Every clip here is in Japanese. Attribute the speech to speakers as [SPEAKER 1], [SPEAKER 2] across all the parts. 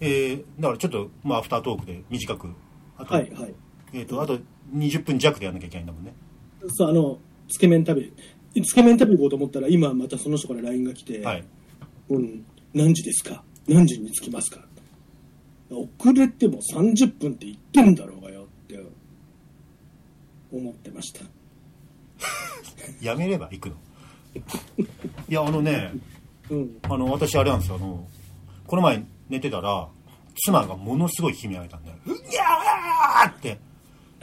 [SPEAKER 1] えーだからちょっと、まあ、アフタートークで短く。あと、
[SPEAKER 2] はいはい。
[SPEAKER 1] えっ、と、あと20分弱でやんなきゃいけないんだもんね。
[SPEAKER 2] そう、あの、つけ麺食べ、つけ麺食べに行こうと思ったら、今またその人から LINE が来て、
[SPEAKER 1] はい。
[SPEAKER 2] うん、何時ですか何時に着きますか遅れても30分って言ってんだろうがよって思ってました。
[SPEAKER 1] やめれば行くの。 いや、あのね、
[SPEAKER 2] うん。
[SPEAKER 1] あの、私あれなんですよ、あの、この前寝てたら、妻がものすごい悲鳴あげたんだよ。うにゃーって、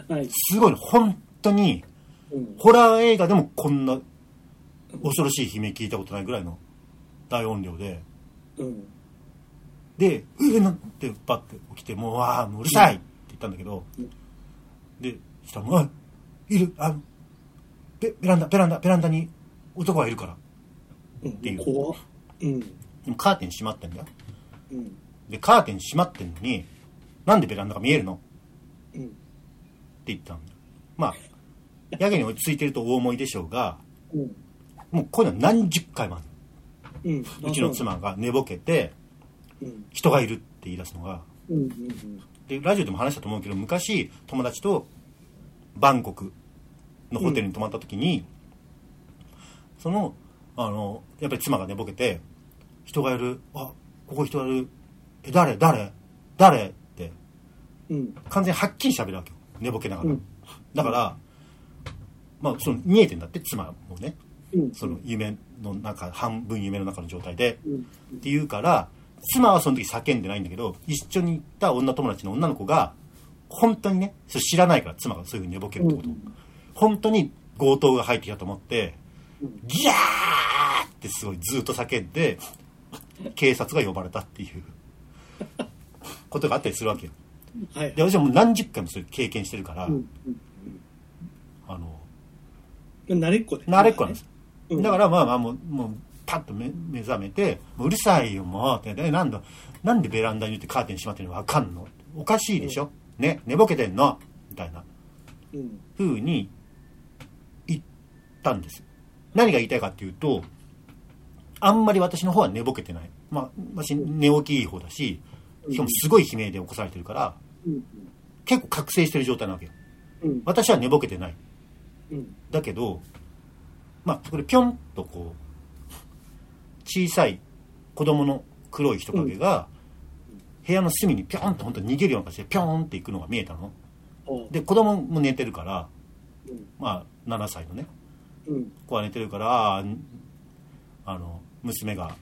[SPEAKER 2] はい。
[SPEAKER 1] すごい、本当に、
[SPEAKER 2] うん。
[SPEAKER 1] ホラー映画でもこんな恐ろしい悲鳴聞いたことないぐらいの大音量で、
[SPEAKER 2] うん。
[SPEAKER 1] で、うーなんてパッて起きて、もう、わあ、もううるさいって言ったんだけど
[SPEAKER 2] うん、
[SPEAKER 1] で、そしたら、もう、いる、あの、ベベランダ、ベランダ、ベランダに男がいるから。
[SPEAKER 2] う
[SPEAKER 1] てい
[SPEAKER 2] ん。
[SPEAKER 1] う
[SPEAKER 2] 怖っうん。
[SPEAKER 1] でもカーテン閉まってんだよ。
[SPEAKER 2] うん。
[SPEAKER 1] で、カーテン閉まってんのに、なんでベランダが見えるの
[SPEAKER 2] うん。
[SPEAKER 1] って言ったんだまあやけに落ち着いてると大思いでしょうが
[SPEAKER 2] うん。
[SPEAKER 1] もうこういうのは何十回もあ
[SPEAKER 2] うん。
[SPEAKER 1] るうちの妻が寝ぼけて
[SPEAKER 2] うん。
[SPEAKER 1] 人がいるって言い出すのが
[SPEAKER 2] うん。うん。
[SPEAKER 1] でラジオでも話したと思うけど昔友達とバンコクのホテルに泊まった時に、そのあのやっぱり妻が寝ぼけて人がいるあここ人がいるえ誰誰誰って
[SPEAKER 2] うん。
[SPEAKER 1] 完全にはっきり喋るわけよ寝ぼけながら、
[SPEAKER 2] うん
[SPEAKER 1] だからまあその見えてんだって妻もね
[SPEAKER 2] うん。
[SPEAKER 1] その夢の中半分夢の中の状態で
[SPEAKER 2] うん。
[SPEAKER 1] っていうから妻はその時叫んでないんだけど一緒に行った女友達の女の子が本当にねそれ知らないから妻がそういうふうに寝ぼけるってことを、
[SPEAKER 2] うん
[SPEAKER 1] 本当に強盗が入ってきたと思って
[SPEAKER 2] うん
[SPEAKER 1] ギャーってすごいずっと叫んで警察が呼ばれたっていうことがあったりするわけよ
[SPEAKER 2] はい。
[SPEAKER 1] で私はもう何十回もそれ経験してるから、
[SPEAKER 2] うん。
[SPEAKER 1] あの
[SPEAKER 2] うん。慣れっこで。
[SPEAKER 1] 慣れっこなんです
[SPEAKER 2] うん
[SPEAKER 1] だからまあまあもう、もうパッと目目覚めて、もううるさいよもうって、でなんだ、なんでベランダに行ってカーテン閉まってるのわかんのおかしいでしょ、ね、寝ぼけてんのみたいな
[SPEAKER 2] うん。
[SPEAKER 1] 風に言ったんですよ。何が言いたいかっていうと、あんまり私の方は寝ぼけてない。まあ、私寝起きいい方だし、しかもすごい悲鳴で起こされてるから、
[SPEAKER 2] うん。
[SPEAKER 1] 結構覚醒してる状態なわけよ。
[SPEAKER 2] うん。
[SPEAKER 1] 私は寝ぼけてない。
[SPEAKER 2] うん。
[SPEAKER 1] だけど、まあ、そこでぴょんとこう、小さい子供の黒い人影が、部屋の隅にぴょんと本当に逃げるような形でぴょんって行くのが見えたの。
[SPEAKER 2] お
[SPEAKER 1] で、子供も寝てるから、
[SPEAKER 2] うん。
[SPEAKER 1] まあ、7歳のね、
[SPEAKER 2] うん。
[SPEAKER 1] 子は寝てるから、あーあの、娘が、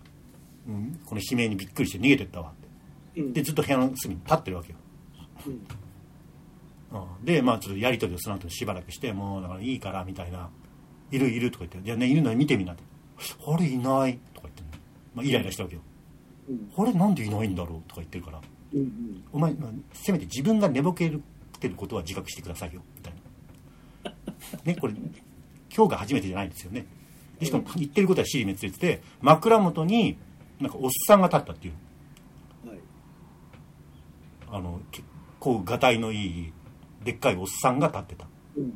[SPEAKER 1] うんこの悲鳴にびっくりして逃げてったわって。
[SPEAKER 2] うん。
[SPEAKER 1] で、ずっと部屋の隅に立ってるわけよ。
[SPEAKER 2] うん。
[SPEAKER 1] うんでまあちょっとやり取りをその後しばらくしてもうだからいいからみたいな「いるいる」とか言って「いやねいるのに見てみな」って「あれいない」とか言ってね、まあ、イライラしたわけよ
[SPEAKER 2] う
[SPEAKER 1] 「
[SPEAKER 2] ん。
[SPEAKER 1] あれなんでいないんだろう」とか言ってるから
[SPEAKER 2] うん。
[SPEAKER 1] 「お前、まあせめて自分が寝ぼけてることは自覚してくださいよ」みたいな ねこれ今日が初めてじゃないですよねでしかも言ってることは尻滅裂で枕元になんかおっさんが立ったっていう
[SPEAKER 2] はい。
[SPEAKER 1] あの結構がたいのいいでっかいおっさんが立ってた
[SPEAKER 2] うん。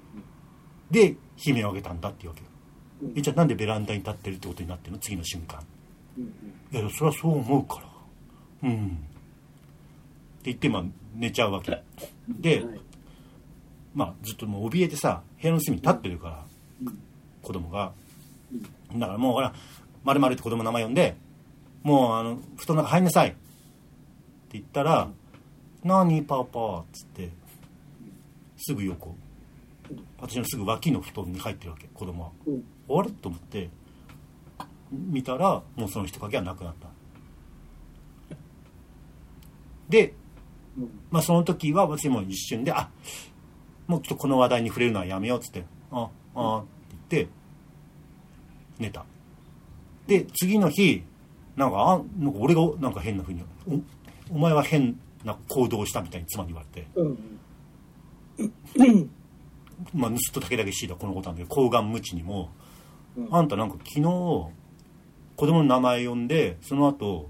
[SPEAKER 1] で悲鳴を上げたんだっていうわけよ
[SPEAKER 2] うん
[SPEAKER 1] えじゃあなんでベランダに立ってるってことになってるの次の瞬間
[SPEAKER 2] うん。
[SPEAKER 1] いやいやそれはそう思うからうんって言ってまあ寝ちゃうわけで、
[SPEAKER 2] はい。
[SPEAKER 1] まあ、ずっともう怯えてさ部屋の隅に立ってるから、
[SPEAKER 2] うん
[SPEAKER 1] 子供がだからもうほら「まるって子供の名前呼んで「もうあの布団の中入んなさい」って言ったら「何パパ」っつってすぐ横私のすぐ脇の布団に入ってるわけ子供は。
[SPEAKER 2] うん。
[SPEAKER 1] あれと思って見たらもうその人影はなくなったで、
[SPEAKER 2] うん。
[SPEAKER 1] まあ、その時は私も一瞬であもうちょっとこの話題に触れるのはやめようっつってああって言って寝たで次の日なんかあなんか俺がなんか変なふうにおお前は変な行動をしたみたいに妻に言われて
[SPEAKER 2] うん。
[SPEAKER 1] まあ、盗っ人だけだけしいだこのことなんだけど睾丸無知にも、
[SPEAKER 2] うん
[SPEAKER 1] あんたなんか昨日子供の名前呼んでその後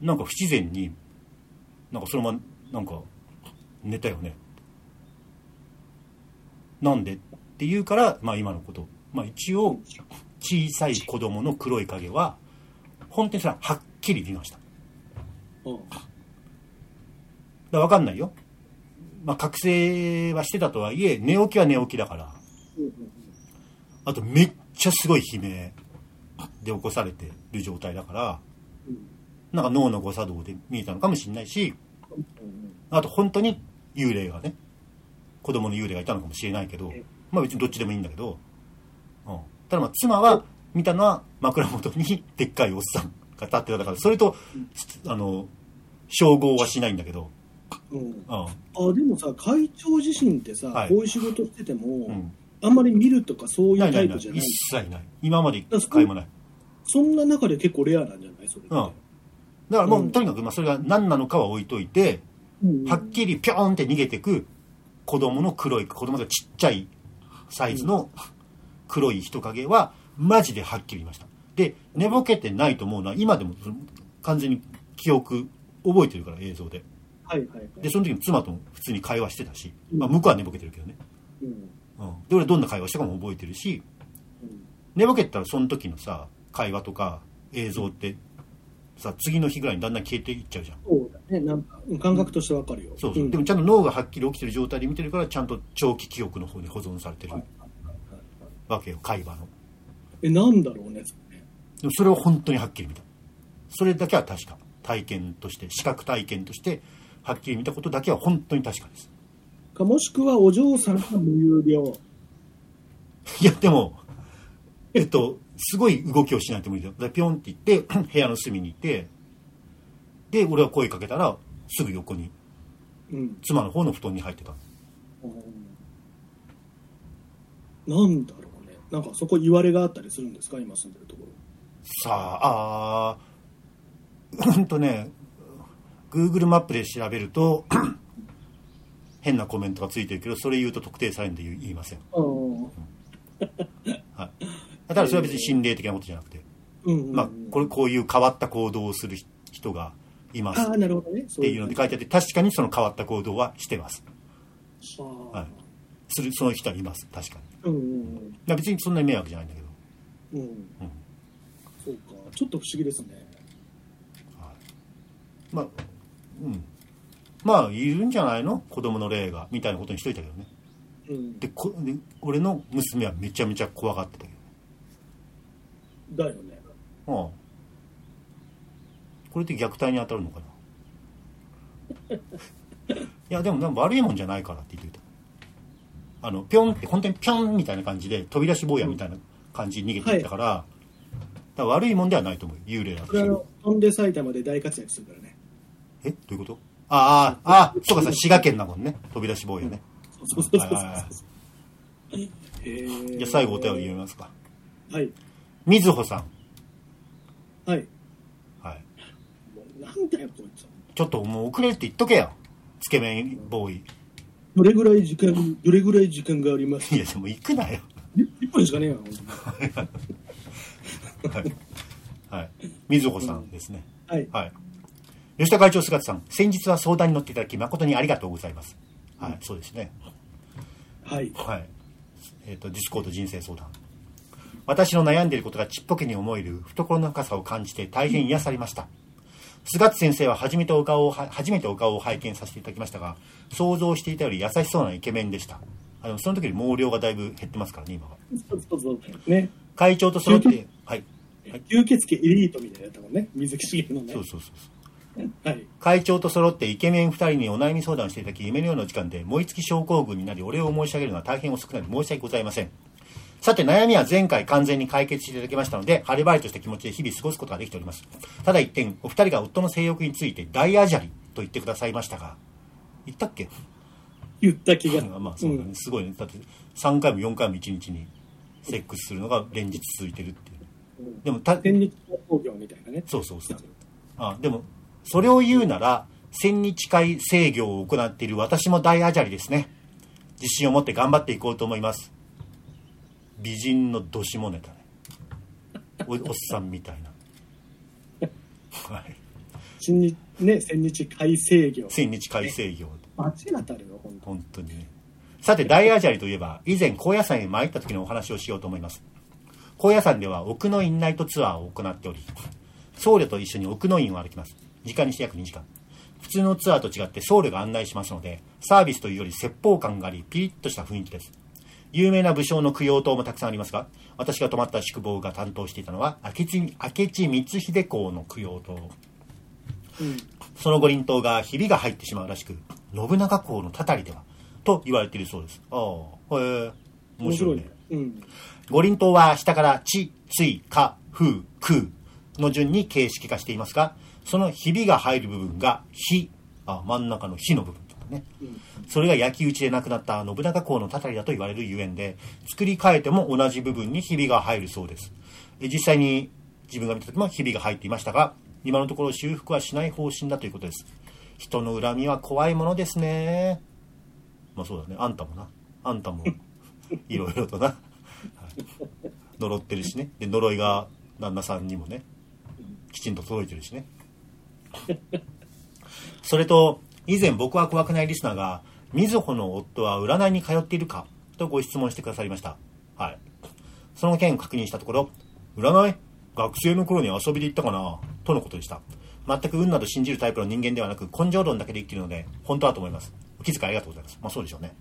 [SPEAKER 1] なんか不自然になんかそのままなんか寝たよねなんでって言うから、まあ、今のこと、まあ、一応小さい子供の黒い影は本当にそれははっきり見ました
[SPEAKER 2] うん。
[SPEAKER 1] からわかんないよ。まあ、覚醒はしてたとはいえ、寝起きは寝起きだから。あと、めっちゃすごい悲鳴で起こされてる状態だから、なんか脳の誤作動で見えたのかもしれないし、あと本当に幽霊がね、子供の幽霊がいたのかもしれないけど
[SPEAKER 2] ええ、
[SPEAKER 1] まあ別にどっちでもいいんだけど、うん。ただまあ妻は見たのは枕元に でっかいおっさんが立ってただから、それと、あの、照合はしないんだけど、
[SPEAKER 2] うん、
[SPEAKER 1] うん。
[SPEAKER 2] あでもさ会長自身ってさ、
[SPEAKER 1] はい
[SPEAKER 2] こういう仕事してても、
[SPEAKER 1] うん。
[SPEAKER 2] あんまり見るとかそうい
[SPEAKER 1] な
[SPEAKER 2] う
[SPEAKER 1] い
[SPEAKER 2] タ
[SPEAKER 1] ない
[SPEAKER 2] イ
[SPEAKER 1] な
[SPEAKER 2] プ
[SPEAKER 1] い。
[SPEAKER 2] じゃない
[SPEAKER 1] 一切ない。今まで一回もない。
[SPEAKER 2] そんな中で結構レアなんじゃないそれって
[SPEAKER 1] うん。だからもう、
[SPEAKER 2] うん
[SPEAKER 1] とにかく、まあそれが何なのかは置いといて、
[SPEAKER 2] うん
[SPEAKER 1] はっきりピョーンって逃げてく子供の黒い、子供がちっちゃいサイズの黒い人影は、マジではっきりいました。で、寝ぼけてないと思うのは、今でもその完全に記憶、覚えてるから映像で。
[SPEAKER 2] はいはいはい
[SPEAKER 1] で、その時に妻とも普通に会話してたし、まあ向こうは寝ぼけてるけどね。
[SPEAKER 2] うん
[SPEAKER 1] うん。で、俺どんな会話したかも覚えてるし、
[SPEAKER 2] うん
[SPEAKER 1] 寝ぼけてたらその時のさ、会話とか映像って、さ、次の日ぐらいにだんだん消えていっちゃうじゃん。
[SPEAKER 2] そうだねなんかうん感覚としてわかるよ
[SPEAKER 1] そうそう、
[SPEAKER 2] ん
[SPEAKER 1] でもちゃんと脳がはっきり起きてる状態で見てるからちゃんと長期記憶の方に保存されてるわけよ海馬の
[SPEAKER 2] えなんだろうねそれね
[SPEAKER 1] でもそれを本当にはっきり見たそれだけは確か体験として視覚体験としてはっきり見たことだけは本当に確かです
[SPEAKER 2] かもしくはお嬢さんが無有病
[SPEAKER 1] いやでもえっとすごい動きをしないと無理だよだからピョンって行って部屋の隅にいてで俺は声かけたらすぐ横に
[SPEAKER 2] うん
[SPEAKER 1] 妻の方の布団に入ってた
[SPEAKER 2] なんだろうねなんかそこ言われがあったりするんですか今住んでるところ
[SPEAKER 1] さあ、あーうんとね、Google マップで調べると、 変なコメントがついてるけど、それ言うと特定されるんで言い言いません。
[SPEAKER 2] あ
[SPEAKER 1] ただそれは別に心霊的なことじゃなくて、
[SPEAKER 2] あうんうんうん、
[SPEAKER 1] まあ、これこういう変わった行動をする人がいます
[SPEAKER 2] あ
[SPEAKER 1] っ
[SPEAKER 2] あなるほどねって
[SPEAKER 1] いうので書いてあって、確かにその変わった行動はしてます。
[SPEAKER 2] ああ、
[SPEAKER 1] はいする、その人はいます、確かに。
[SPEAKER 2] うんうん
[SPEAKER 1] いや別にそんなに迷惑じゃないんだけど。
[SPEAKER 2] うん、うん、そうかちょっと不思議ですね
[SPEAKER 1] まあ、うん。まあ、いるんじゃないの子供の霊が、みたいなことにしといたけどね。
[SPEAKER 2] うん
[SPEAKER 1] でこで俺の娘はめちゃめちゃ怖がってたけ
[SPEAKER 2] だよね
[SPEAKER 1] ど、うん、これって虐待に当たるのかな いやでもなんか悪いもんじゃないからって言ってたあのピョンって本当にピョンみたいな感じで飛び出し坊やみたいな感じに逃げていったから,、だから悪いもんではないと思う幽霊だ
[SPEAKER 2] これあの飛んで埼玉で大活躍するからね
[SPEAKER 1] えどういうことああああそうかさ滋賀県だもんね飛び出し坊やね、
[SPEAKER 2] そうそうそうそ
[SPEAKER 1] は
[SPEAKER 2] う
[SPEAKER 1] いはいは
[SPEAKER 2] へえ
[SPEAKER 1] じゃあ最後お便り読みますか
[SPEAKER 2] はい
[SPEAKER 1] みずほさん、
[SPEAKER 2] はい
[SPEAKER 1] はい、
[SPEAKER 2] なんだよこいつ
[SPEAKER 1] ちょっともう遅れるって言っとけよつけ麺ボーイ
[SPEAKER 2] どれぐらい時間どれぐらい時間があります
[SPEAKER 1] いや、でも行くなよ。
[SPEAKER 2] 1分しかねえよ
[SPEAKER 1] はい。はい。水穂さんですね。
[SPEAKER 2] はい
[SPEAKER 1] はい。吉田会長姿さん、先日は相談に乗っていただき誠にありがとうございます。はい、そうですね。
[SPEAKER 2] はい
[SPEAKER 1] はい。えっ、と、ディスコード人生相談。私の悩んでいることがちっぽけに思える懐の深さを感じて大変癒されました。菅津先生は初めてお顔をは、初めてお顔を拝見させていただきましたが、想像していたより優しそうなイケメンでした。あの、その時より毛量がだいぶ減ってますからね、今は。
[SPEAKER 2] そうそうそうね
[SPEAKER 1] 会長と揃って、はい。
[SPEAKER 2] 吸血鬼エリートみたいなやったもんね水木しげるのね
[SPEAKER 1] そうそうそうそう。
[SPEAKER 2] はい
[SPEAKER 1] 会長と揃ってイケメン2人にお悩み相談していただき夢のような時間で燃え尽き症候群になりお礼を申し上げるのは大変お少なく申し訳ございませんさて悩みは前回完全に解決していただきましたので晴れ晴れとした気持ちで日々過ごすことができておりますただ一点お二人が夫の性欲について大アジャリと言ってくださいましたが言ったっけ
[SPEAKER 2] 言った気が
[SPEAKER 1] うんまあそうだね、すごいねだって3回も4回も1日にセックスするのが連日続いてるっていう、
[SPEAKER 2] うん
[SPEAKER 1] でもた
[SPEAKER 2] 天日工業みたいなね
[SPEAKER 1] そうそうそう。あでも、それを言うなら、千日会制御を行っている私も大アジャリですね。自信を持って頑張っていこうと思います。美人のどしもネタね。おおっさんみたいな。はい。
[SPEAKER 2] 新日ね千日改正業
[SPEAKER 1] 千日会制御。
[SPEAKER 2] 罰当たるよ本当
[SPEAKER 1] 本当にね。さて、大アジャリといえば、以前高野山へ参った時のお話をしようと思います。高野山では奥の院ナイトツアーを行っており、僧侶と一緒に奥の院を歩きます。時間にして約2時間。2普通のツアーと違ってソウルが案内しますので、サービスというより説法感があり、ピリッとした雰囲気です。有名な武将の供養塔もたくさんありますが、私が泊まった宿坊が担当していたのは、明智明智光秀公の供養塔。その五輪塔がひびが入ってしまうらしく、信長公のたたりでは、と言われているそうです。ああ、へえ、面白いね。
[SPEAKER 2] うん。
[SPEAKER 1] 五輪島は下から地、水、火、風、空の順に形式化していますが、そのひびが入る部分が火、あ真ん中の火の部分とかね。それが焼き討ちで亡くなった信長公のたたりだと言われるゆえんで、作り変えても同じ部分にひびが入るそうです。え実際に自分が見た時もひびが入っていましたが、今のところ修復はしない方針だということです。人の恨みは怖いものですね。まあそうだね。あんたもな。あんたも、いろいろとな。呪ってるしねで呪いが旦那さんにもねきちんと届いてるしね それと以前僕は怖くないリスナーが「みずほの夫は占いに通っているか?」とご質問してくださりましたはいその件を確認したところ「占い学生の頃に遊びで行ったかな?」とのことでした全く運など信じるタイプの人間ではなく根性論だけで生きているので本当だと思いますお気遣いありがとうございますまあそうでしょうね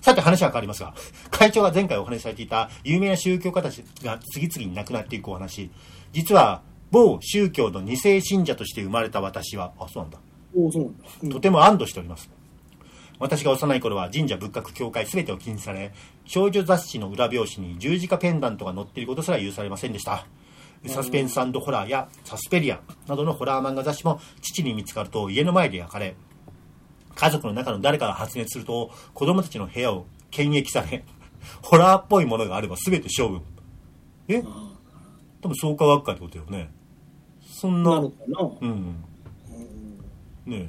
[SPEAKER 1] さて話は変わりますが、会長が前回お話しされていた有名な宗教家たちが次々に亡くなっていくお話、実は某宗教の二世信者として生まれた私は、あ、そうなんだ。
[SPEAKER 2] おお、そうなんだ。うん
[SPEAKER 1] とても安堵しております。私が幼い頃は神社仏閣教会全てを禁止され、少女雑誌の裏表紙に十字架ペンダントが載っていることすら許されませんでした。サスペンスホラーやサスペリアなどのホラー漫画雑誌も父に見つかると家の前で焼かれ、家族の中の誰かが発熱すると子供たちの部屋を検疫され、ホラーっぽいものがあれば全て処分。え多分創価学会ってことだよね。そん
[SPEAKER 2] な
[SPEAKER 1] な
[SPEAKER 2] の、かな、
[SPEAKER 1] うん。ねえ。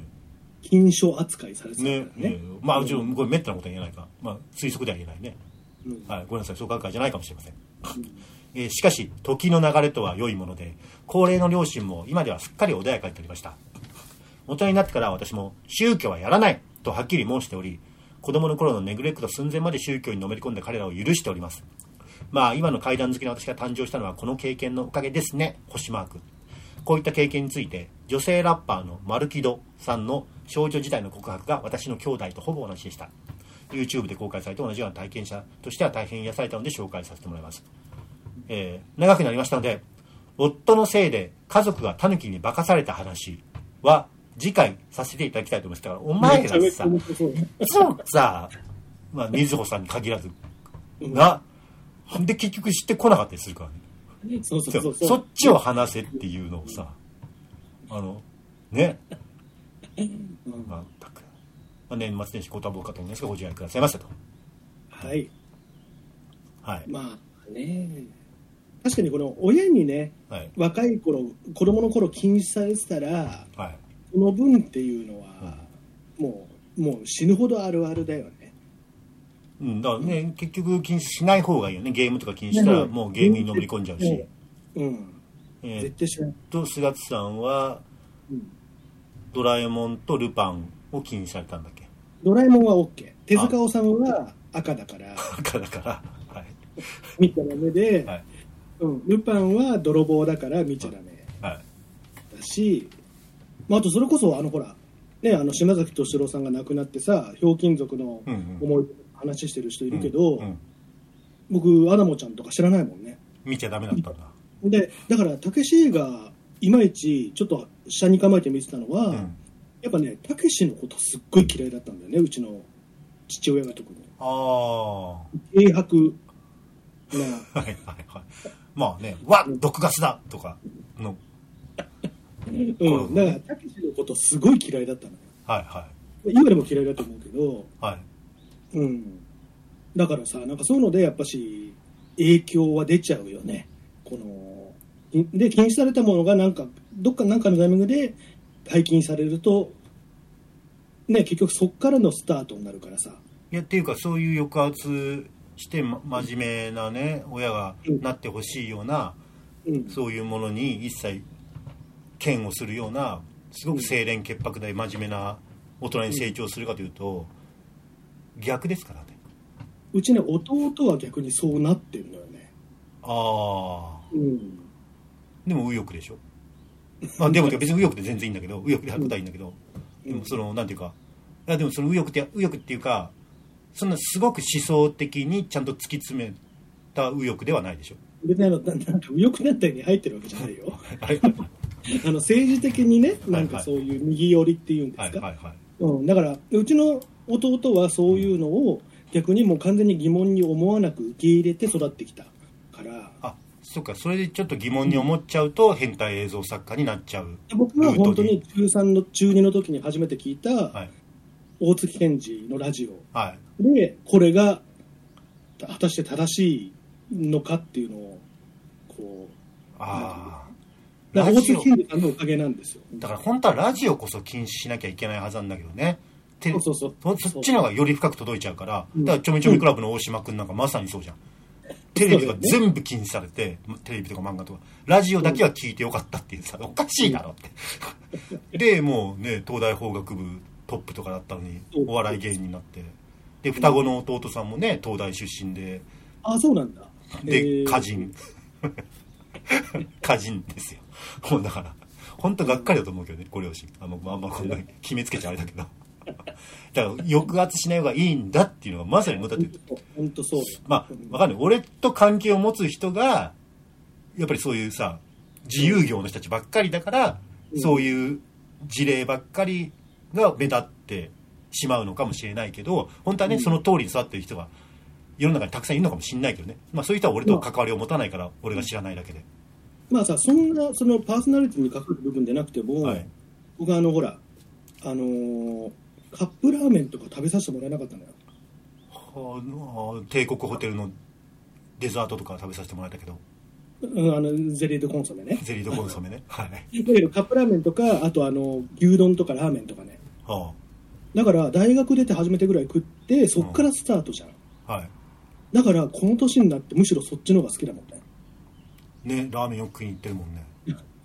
[SPEAKER 2] 金賞扱いされてた
[SPEAKER 1] ね
[SPEAKER 2] からね。
[SPEAKER 1] ねまあうちもこれめったなことは言えないか、まあ、推測では言えないね、
[SPEAKER 2] うん
[SPEAKER 1] はい、ごめんなさいそう考えじゃないかもしれません、えーしかし時の流れとは良いもので高齢の両親も今ではすっかり穏やかになりました大人になってから私も宗教はやらないとはっきり申しており子供の頃のネグレクト寸前まで宗教にのめり込んだ彼らを許しておりますまあ今の怪談好きの私が誕生したのはこの経験のおかげですね星マークこういった経験について女性ラッパーのマルキドさんの少女時代の告白が私の兄弟とほぼ同じでした YouTube で公開されて同じような体験者としては大変癒されたので紹介させてもらいます、えー長くなりましたので夫のせいで家族がタヌキに化かされた話は次回させていただきたいと思いますだからお前
[SPEAKER 2] めち
[SPEAKER 1] ら
[SPEAKER 2] ゃめちゃ
[SPEAKER 1] さ
[SPEAKER 2] 面白そうね。
[SPEAKER 1] いつもさ、まあ、水穂さんに限らず、な、で、結局知ってこなかったりするからね。
[SPEAKER 2] そうそうそ
[SPEAKER 1] そう
[SPEAKER 2] そう。
[SPEAKER 1] そっちを話せっていうのをさ、あの、ね、
[SPEAKER 2] うん
[SPEAKER 1] まあ、たく、まあ、年末年始ご多忙かと思いますが、ご自愛くださいませと。
[SPEAKER 2] はい。
[SPEAKER 1] はい。
[SPEAKER 2] まあね。確かにこの親にね、
[SPEAKER 1] はい。
[SPEAKER 2] 若い頃、子供の頃禁止されてたら、
[SPEAKER 1] はい。
[SPEAKER 2] その分っていうのは、もう、もう死ぬほどあるあるだよね。
[SPEAKER 1] うん、だからね、結局禁止しない方がいいよね。ゲームとか禁止したら、
[SPEAKER 2] でも
[SPEAKER 1] もうゲームにのめり込んじゃうし。
[SPEAKER 2] うん。
[SPEAKER 1] えー
[SPEAKER 2] 絶
[SPEAKER 1] っ
[SPEAKER 2] 対しない。
[SPEAKER 1] と、菅月さんは、
[SPEAKER 2] うん
[SPEAKER 1] ドラえもんとルパンを禁止されたんだっけ
[SPEAKER 2] ドラえもんは OK。手塚治虫は赤 だから、
[SPEAKER 1] 赤だから。はい。
[SPEAKER 2] 見ちゃダメで、
[SPEAKER 1] はい
[SPEAKER 2] うん、ルパンは泥棒だから見ちゃダメ
[SPEAKER 1] はい。
[SPEAKER 2] だし、まあ、あとそれこそあのほら、ね、あの島崎敏郎さんが亡くなってさひょうきん族の
[SPEAKER 1] うんうん
[SPEAKER 2] 思い出の話してる人いるけど、
[SPEAKER 1] うんうん
[SPEAKER 2] 僕アダモちゃんとか知らないもんね
[SPEAKER 1] 見ちゃダメだったんだ、
[SPEAKER 2] でだからたけしがいまいちちょっと下に構えて見てたのは、
[SPEAKER 1] うん、
[SPEAKER 2] やっぱねたけしのことすっごい嫌いだったんだよねうちの父親が特に
[SPEAKER 1] ああは
[SPEAKER 2] 軽 薄ない
[SPEAKER 1] はいはいまあね「わ毒ガスだ!」とかの
[SPEAKER 2] うん、だから、たけしのことすごい嫌いだったのよ。
[SPEAKER 1] はいは
[SPEAKER 2] 今でも嫌いだと思うけど、
[SPEAKER 1] いはい
[SPEAKER 2] うん。だからさ、なんかそういうので、やっぱし、影響は出ちゃうよね。この、いで、禁止されたものが、なんか、どっかなんかのタイミングで解禁されると、ね、結局そっからのスタートになるからさ。
[SPEAKER 1] いやっていうかそういう抑圧して、ま、真面目なね親がなってほしいような
[SPEAKER 2] うん。
[SPEAKER 1] そういうものに一切嫌をするようなすごく清廉潔白で真面目な大人に成長するかというと逆ですからね
[SPEAKER 2] うちね、弟は逆にそうなってるのよね。
[SPEAKER 1] ああ
[SPEAKER 2] うん。
[SPEAKER 1] でも右翼でしょ、まあ、でも別に右翼で全然いいんだけど右翼で白くはいいんだけど、でもその、なんていうか、いやでもその右翼って、右翼っていうか、そんなすごく思想的にちゃんと突き詰めた右翼ではないでしょ。
[SPEAKER 2] 別にあのななんか右翼団体に入ってるわけじゃないよ
[SPEAKER 1] はい
[SPEAKER 2] あの政治的にねなんかそういう右寄りっていうんで
[SPEAKER 1] は
[SPEAKER 2] す
[SPEAKER 1] い
[SPEAKER 2] か、
[SPEAKER 1] はいはい。
[SPEAKER 2] うん、だからうちの弟はそういうのを逆にもう完全に疑問に思わなく受け入れて育ってきたから
[SPEAKER 1] あ、そっか、それでちょっと疑問に思っちゃうと、変態映像作家になっちゃう。
[SPEAKER 2] 僕は本当
[SPEAKER 1] ルー
[SPEAKER 2] に中3の中2の時に初めて聞い
[SPEAKER 1] は
[SPEAKER 2] た
[SPEAKER 1] い。
[SPEAKER 2] 大月健二のラジオ
[SPEAKER 1] はい。
[SPEAKER 2] でこれが果たして正しいのかっていうのをこ
[SPEAKER 1] ああ。
[SPEAKER 2] うだから
[SPEAKER 1] ラ
[SPEAKER 2] 大
[SPEAKER 1] ジ
[SPEAKER 2] 月
[SPEAKER 1] オ
[SPEAKER 2] 健二さんのおかげなんですよ
[SPEAKER 1] だから本当はラジオこそ禁止しなきゃいけないはずなんだけどね。て
[SPEAKER 2] そうそうそう
[SPEAKER 1] そそっちの方がより深く届いちゃうから、
[SPEAKER 2] うん
[SPEAKER 1] だからちょめちょめクラブの大島くんなんかまさにそうじゃん。テレビとか
[SPEAKER 2] そうだよ
[SPEAKER 1] 全部禁止されて、テレビとか漫画とか、ラジオだけは聞いてよかったっていうさ、おかしいだろって。で、もうね、東大法学部トップとかだったのに
[SPEAKER 2] そう、
[SPEAKER 1] お笑い芸人になって。で、双子の弟さんもね、東大出身で、
[SPEAKER 2] あそうなんだ
[SPEAKER 1] で、
[SPEAKER 2] えー
[SPEAKER 1] 歌人。 歌人ですよ。もうだから、本当がっかりだと思うけどね、ご両親。あんま、あんまこんな決めつけちゃあれだけど。だから、抑圧しない方がいいんだっていうのが、まさにもうだって、
[SPEAKER 2] 本当そう
[SPEAKER 1] まあ、わかんない。俺と関係を持つ人が、やっぱりそういうさ、自由業の人たちばっかりだから、
[SPEAKER 2] うん
[SPEAKER 1] そういう事例ばっかりが目立ってしまうのかもしれないけど、本当はね、
[SPEAKER 2] うん
[SPEAKER 1] その通りに育ってる人が世の中にたくさんいるのかもしれないけどね。まあそういう人は俺と関わりを持たないから、俺が知らないだけで。
[SPEAKER 2] まあさそんなそのパーソナリティに関わる部分でなくても、
[SPEAKER 1] はい。
[SPEAKER 2] 僕はあのほらあのーカップラーメンとか食べさせてもらえなかったのよ
[SPEAKER 1] はあの帝国ホテルのデザートとか食べさせてもらえたけど、
[SPEAKER 2] うんあのゼリードコンソメね
[SPEAKER 1] ゼリードコンソメね。はい。
[SPEAKER 2] だけどカップラーメンとかあとあの牛丼とかラーメンとかね
[SPEAKER 1] は
[SPEAKER 2] だから大学出て初めてぐらい食ってそっからスタートじゃん、
[SPEAKER 1] あ、はい。
[SPEAKER 2] だからこの年になってむしろそっちの方が好きだもんね
[SPEAKER 1] ね、ラーメンよく食いに行ってるも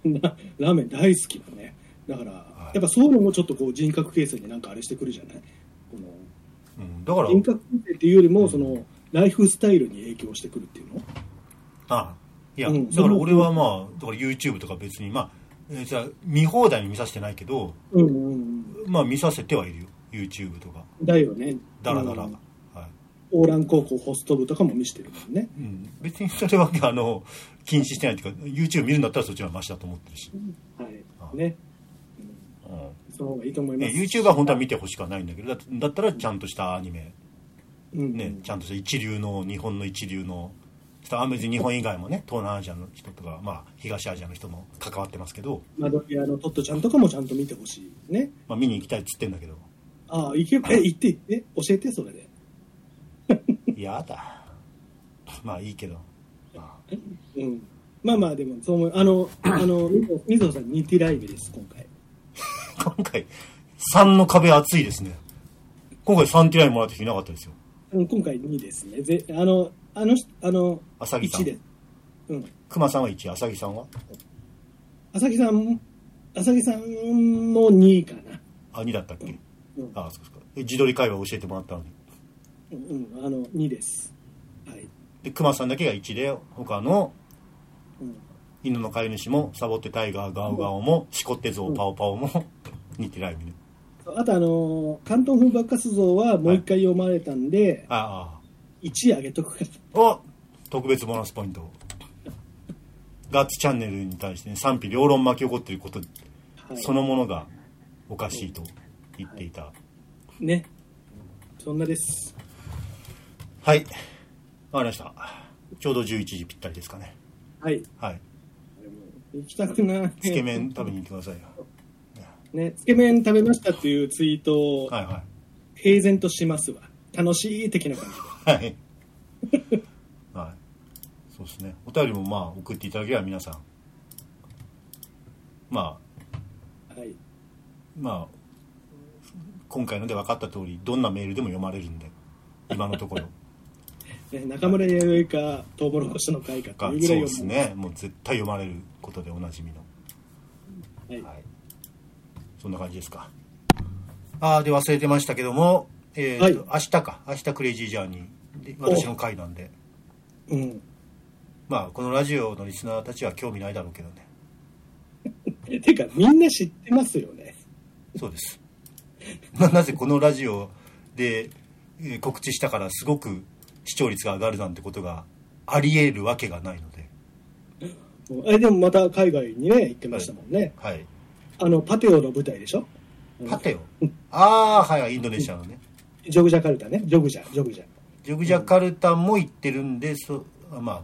[SPEAKER 1] んね。
[SPEAKER 2] ラーメン大好きだねだから、
[SPEAKER 1] い
[SPEAKER 2] やっぱそういうのもちょっとこう人格形成になんかあれしてくるじゃないこの
[SPEAKER 1] うん。だから、
[SPEAKER 2] 人格形成っていうよりもそのライフスタイルに影響してくるっていうの
[SPEAKER 1] ああいや、
[SPEAKER 2] うん
[SPEAKER 1] だから俺はまあだから YouTube とか別にまあ、えーじゃあ見放題に見させてないけど
[SPEAKER 2] うんうんうん
[SPEAKER 1] まあ見させてはいるよ YouTube とか
[SPEAKER 2] だよね
[SPEAKER 1] ダラダラ、
[SPEAKER 2] う
[SPEAKER 1] は
[SPEAKER 2] ん
[SPEAKER 1] い
[SPEAKER 2] オーラン高校ホスト部とかも見せてるもんね
[SPEAKER 1] うん、別にそれはあの禁止してないっていうか YouTube 見るんだったらそっちの方がマシだと思ってるし、
[SPEAKER 2] は
[SPEAKER 1] あ
[SPEAKER 2] いね
[SPEAKER 1] うん
[SPEAKER 2] その方がいいと思いま
[SPEAKER 1] ね、
[SPEAKER 2] す
[SPEAKER 1] YouTube は本当は見てほしくはないんだけどだだったらちゃんとしたアニメ、
[SPEAKER 2] うん
[SPEAKER 1] ね、ちゃんとした一流の日本の一流のあ別に日本以外もね東南アジアの人とか、まあ、東アジアの人も関わってますけど、
[SPEAKER 2] 窓際のトットちゃんとかもちゃんと見てほしいね
[SPEAKER 1] まあ、見に行きたいっつってんだけど
[SPEAKER 2] ああ行けばえ行って行って教えてそれで
[SPEAKER 1] やだまあいいけどまあ
[SPEAKER 2] うんまあまあでもそう思う あのあの水水野さん似てライブです今回
[SPEAKER 1] 今回3の壁厚いですね今回3ティラインもらった人いなかったですよ
[SPEAKER 2] うん今回2ですねぜあのあの人あの
[SPEAKER 1] 浅木さ
[SPEAKER 2] 1で
[SPEAKER 1] ん
[SPEAKER 2] うん
[SPEAKER 1] 熊さんは1浅木さんは
[SPEAKER 2] 浅木さん浅木さんも2かな
[SPEAKER 1] あ2だったっけ
[SPEAKER 2] うん
[SPEAKER 1] あそうですかで自撮り会話教えてもらったのに
[SPEAKER 2] うん、うん、あの2ですはい、
[SPEAKER 1] で熊さんだけが1で他の
[SPEAKER 2] うん、
[SPEAKER 1] 犬の飼い主もサボってタイガーガオガオもしこってゾウパオパオも2ティラインね
[SPEAKER 2] あとあの関東風爆活動はもう一回読まれたんで、
[SPEAKER 1] あ
[SPEAKER 2] 1上げとくから
[SPEAKER 1] あお特別ボーナスポイントガッツチャンネルに対して、ね、賛否両論巻き起こっていること
[SPEAKER 2] はい
[SPEAKER 1] そのものがおかしいと言っていた。
[SPEAKER 2] ねそんなです
[SPEAKER 1] はい。わかりました。ちょうど11時ぴったりですかね。
[SPEAKER 2] はい
[SPEAKER 1] はい。
[SPEAKER 2] 行きたくない
[SPEAKER 1] つけ麺食べに行ってくださいよ。
[SPEAKER 2] ねつけ麺食べましたっていうツイートを
[SPEAKER 1] はいは
[SPEAKER 2] 平然としますわ楽しい的な感じ
[SPEAKER 1] い。はい。はい。そうですね。お便りもまあ送っていただければ皆さん。まあ、
[SPEAKER 2] ではい
[SPEAKER 1] まあ、今回ので分かった通り、どんなメールでも読まれるんで、今のところ。
[SPEAKER 2] ね、中村弥生かトウモロコシの会か
[SPEAKER 1] がそ
[SPEAKER 2] って
[SPEAKER 1] う
[SPEAKER 2] いうぐらい
[SPEAKER 1] で
[SPEAKER 2] 読
[SPEAKER 1] す
[SPEAKER 2] む
[SPEAKER 1] ね。もう絶対読まれることでおなじみの。
[SPEAKER 2] はい
[SPEAKER 1] はい、そんな感じですかああで忘れてましたけども、えーと明日か明日クレイジージャーニーで私の回なんで
[SPEAKER 2] うん
[SPEAKER 1] まあこのラジオのリスナーたちは興味ないだろうけどね
[SPEAKER 2] てかみんな知ってますよね
[SPEAKER 1] そうです ななぜこのラジオでえー告知したからすごく視聴率が上がるなんてことがあり得るわけがないので、
[SPEAKER 2] あれでもまた海外にね、行ってましたもんね。
[SPEAKER 1] はい、
[SPEAKER 2] あの、パテオの舞台でしょ
[SPEAKER 1] パテオああはいはいインドネシアのね
[SPEAKER 2] ジョグジャカルタね。ジョグジャ、ジョグジャ。
[SPEAKER 1] ジョグジャカルタも行ってるんでそまあまあは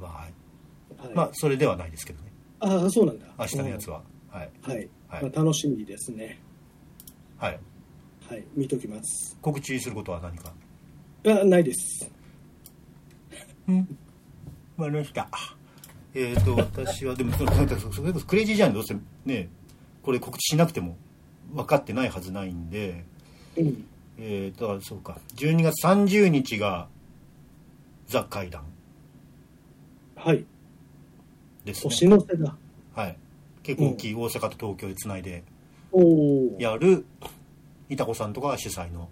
[SPEAKER 1] い
[SPEAKER 2] はい、
[SPEAKER 1] まあそれではないですけどね
[SPEAKER 2] ああ、そうなんだ。
[SPEAKER 1] 明日のやつははい、
[SPEAKER 2] うん。はい。
[SPEAKER 1] はい
[SPEAKER 2] まあ、楽しみですね。
[SPEAKER 1] はい、
[SPEAKER 2] はい。見ときます。
[SPEAKER 1] 告知することは何か
[SPEAKER 2] あないです。
[SPEAKER 1] うんわかりましたえっ、と私はでもそそそれこそクレイジージャーニーどうせねこれ告知しなくても分かってないはずないんで
[SPEAKER 2] うん。
[SPEAKER 1] えっ、とそうか12月30日がザ・会談
[SPEAKER 2] はい。
[SPEAKER 1] です
[SPEAKER 2] 年
[SPEAKER 1] ね
[SPEAKER 2] の瀬だ。
[SPEAKER 1] はい結構大きい大阪と東京でつないで
[SPEAKER 2] おお。
[SPEAKER 1] やるいたこさんとかが主催の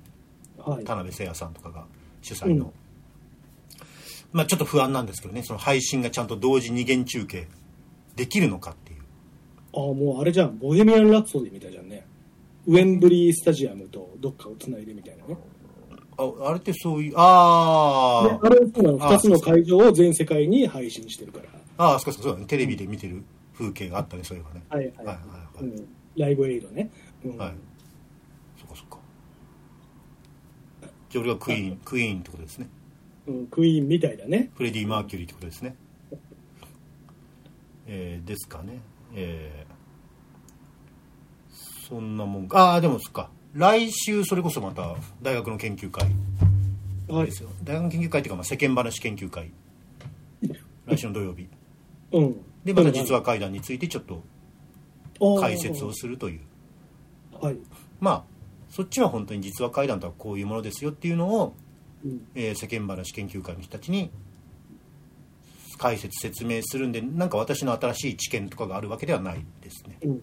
[SPEAKER 2] はい。
[SPEAKER 1] 田辺誠也さんとかが主催の、
[SPEAKER 2] うん
[SPEAKER 1] まあちょっと不安なんですけどねその配信がちゃんと同時二元中継できるのかっていう
[SPEAKER 2] ああ、もうあれじゃん。ボヘミアン・ラプソディみたいじゃんね。ウェンブリー・スタジアムとどっかをつないでみたいなね。
[SPEAKER 1] ああれってそういうあ
[SPEAKER 2] ね
[SPEAKER 1] ー
[SPEAKER 2] あれそうなの
[SPEAKER 1] あ
[SPEAKER 2] 2つの会場を全世界に配信してるから。
[SPEAKER 1] ああそうかそうかそうだねテレビで見てる風景があったねそういえばね
[SPEAKER 2] はい
[SPEAKER 1] は
[SPEAKER 2] はいい
[SPEAKER 1] は
[SPEAKER 2] はいい
[SPEAKER 1] はい
[SPEAKER 2] うんライブエイドね、うん
[SPEAKER 1] はいそっかそっかじゃあ俺はクイーンクイーンってことですね
[SPEAKER 2] うんクイーンみたいだね
[SPEAKER 1] フレディ・マーキュリーってことですねえー、ですかねえー、そんなもんかああーでもそっか来週それこそまた大学の研究会
[SPEAKER 2] はい
[SPEAKER 1] ですよ大学の研究会っていうかまあ世間話研究会来週の土曜日
[SPEAKER 2] うん
[SPEAKER 1] でまた実は会談についてちょっと解説をするという
[SPEAKER 2] あーはい、
[SPEAKER 1] まあそっちは本当に実話会談とはこういうものですよっていうのを、
[SPEAKER 2] うん
[SPEAKER 1] えー世間話研究会の人たちに解説説明するんでなんか私の新しい知見とかがあるわけではないですね
[SPEAKER 2] うん、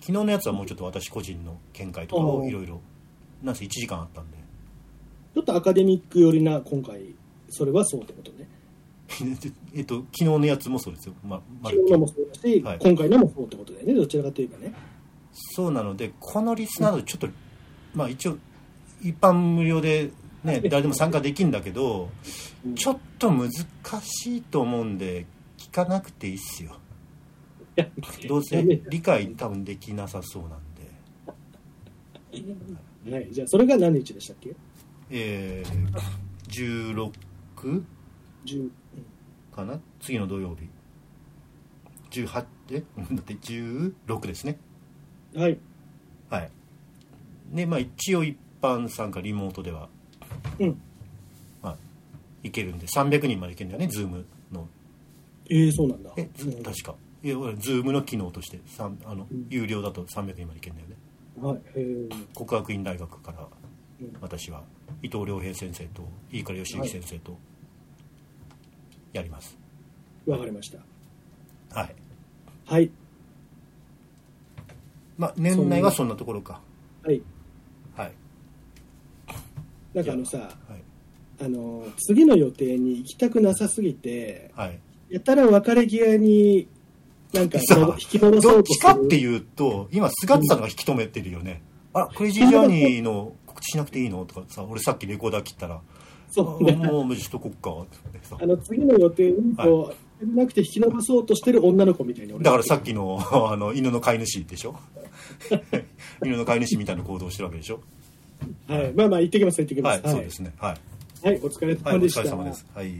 [SPEAKER 1] 昨日のやつはもうちょっと私個人の見解とかをいろいろなんせ1時間あったんで
[SPEAKER 2] ちょっとアカデミック寄りな今回それはそうってことね
[SPEAKER 1] えっと昨日のやつもそうですよ、まま
[SPEAKER 2] 昨
[SPEAKER 1] るっき
[SPEAKER 2] 日の
[SPEAKER 1] り
[SPEAKER 2] もそうだし、
[SPEAKER 1] はい
[SPEAKER 2] 今回のもそうってことだよねどちらかといえばね
[SPEAKER 1] そうなのでこのリスナーのちょっと、まあ一応一般無料でね誰でも参加できるんだけど
[SPEAKER 2] うん
[SPEAKER 1] ちょっと難しいと思うんで聞かなくていいっすよ
[SPEAKER 2] いや
[SPEAKER 1] どうせ理解多分できなさそうなんで
[SPEAKER 2] はいじゃあそれが何日でしたっけ
[SPEAKER 1] えー、16
[SPEAKER 2] 10うん
[SPEAKER 1] かな次の土曜日18え うんだって16ですね
[SPEAKER 2] はい
[SPEAKER 1] はいでまあ一応一般参加リモートでは
[SPEAKER 2] うん
[SPEAKER 1] まあ、いけるんで300人までいけるんだよねズームの
[SPEAKER 2] ええそうなんだ
[SPEAKER 1] えず
[SPEAKER 2] うん
[SPEAKER 1] 確かいや俺ズームの機能としてさんあの、
[SPEAKER 2] うん
[SPEAKER 1] 有料だと300人までいけるんだよね
[SPEAKER 2] はいへー
[SPEAKER 1] 国学院大学から
[SPEAKER 2] うん
[SPEAKER 1] 私は伊藤良平先生と飯倉義之先生とやります
[SPEAKER 2] わかりました
[SPEAKER 1] はい、
[SPEAKER 2] はい
[SPEAKER 1] まあ年内はそんなところか
[SPEAKER 2] はい
[SPEAKER 1] はい
[SPEAKER 2] なんかあのさ
[SPEAKER 1] はい
[SPEAKER 2] あの次の予定に行きたくなさすぎて
[SPEAKER 1] はい
[SPEAKER 2] やたら別れ際に、なんか、
[SPEAKER 1] さあ
[SPEAKER 2] 引き戻そ
[SPEAKER 1] どっ
[SPEAKER 2] うと
[SPEAKER 1] ち
[SPEAKER 2] す
[SPEAKER 1] かって
[SPEAKER 2] る。
[SPEAKER 1] いうと今菅田さんが引き止めてるよね、あクレイジージャーニーの告知しなくていいのとかさ俺さっきレコーダー切ったらあ
[SPEAKER 2] そうね
[SPEAKER 1] もう無視しとこっかってさ
[SPEAKER 2] あの、次の予定に、こう、なくて引き伸ばそうとしてる女の子みたいに俺
[SPEAKER 1] だからさっきの あの犬の飼い主でし ょ犬の飼い主みたいな行動をしてるわけでしょ
[SPEAKER 2] はい。まあまあ、行ってきます、行ってきま
[SPEAKER 1] は
[SPEAKER 2] す。
[SPEAKER 1] い、そうですねはい、
[SPEAKER 2] はい、お疲れ
[SPEAKER 1] はい、
[SPEAKER 2] 様
[SPEAKER 1] お
[SPEAKER 2] でした。
[SPEAKER 1] 疲れ様ですはい
[SPEAKER 2] はい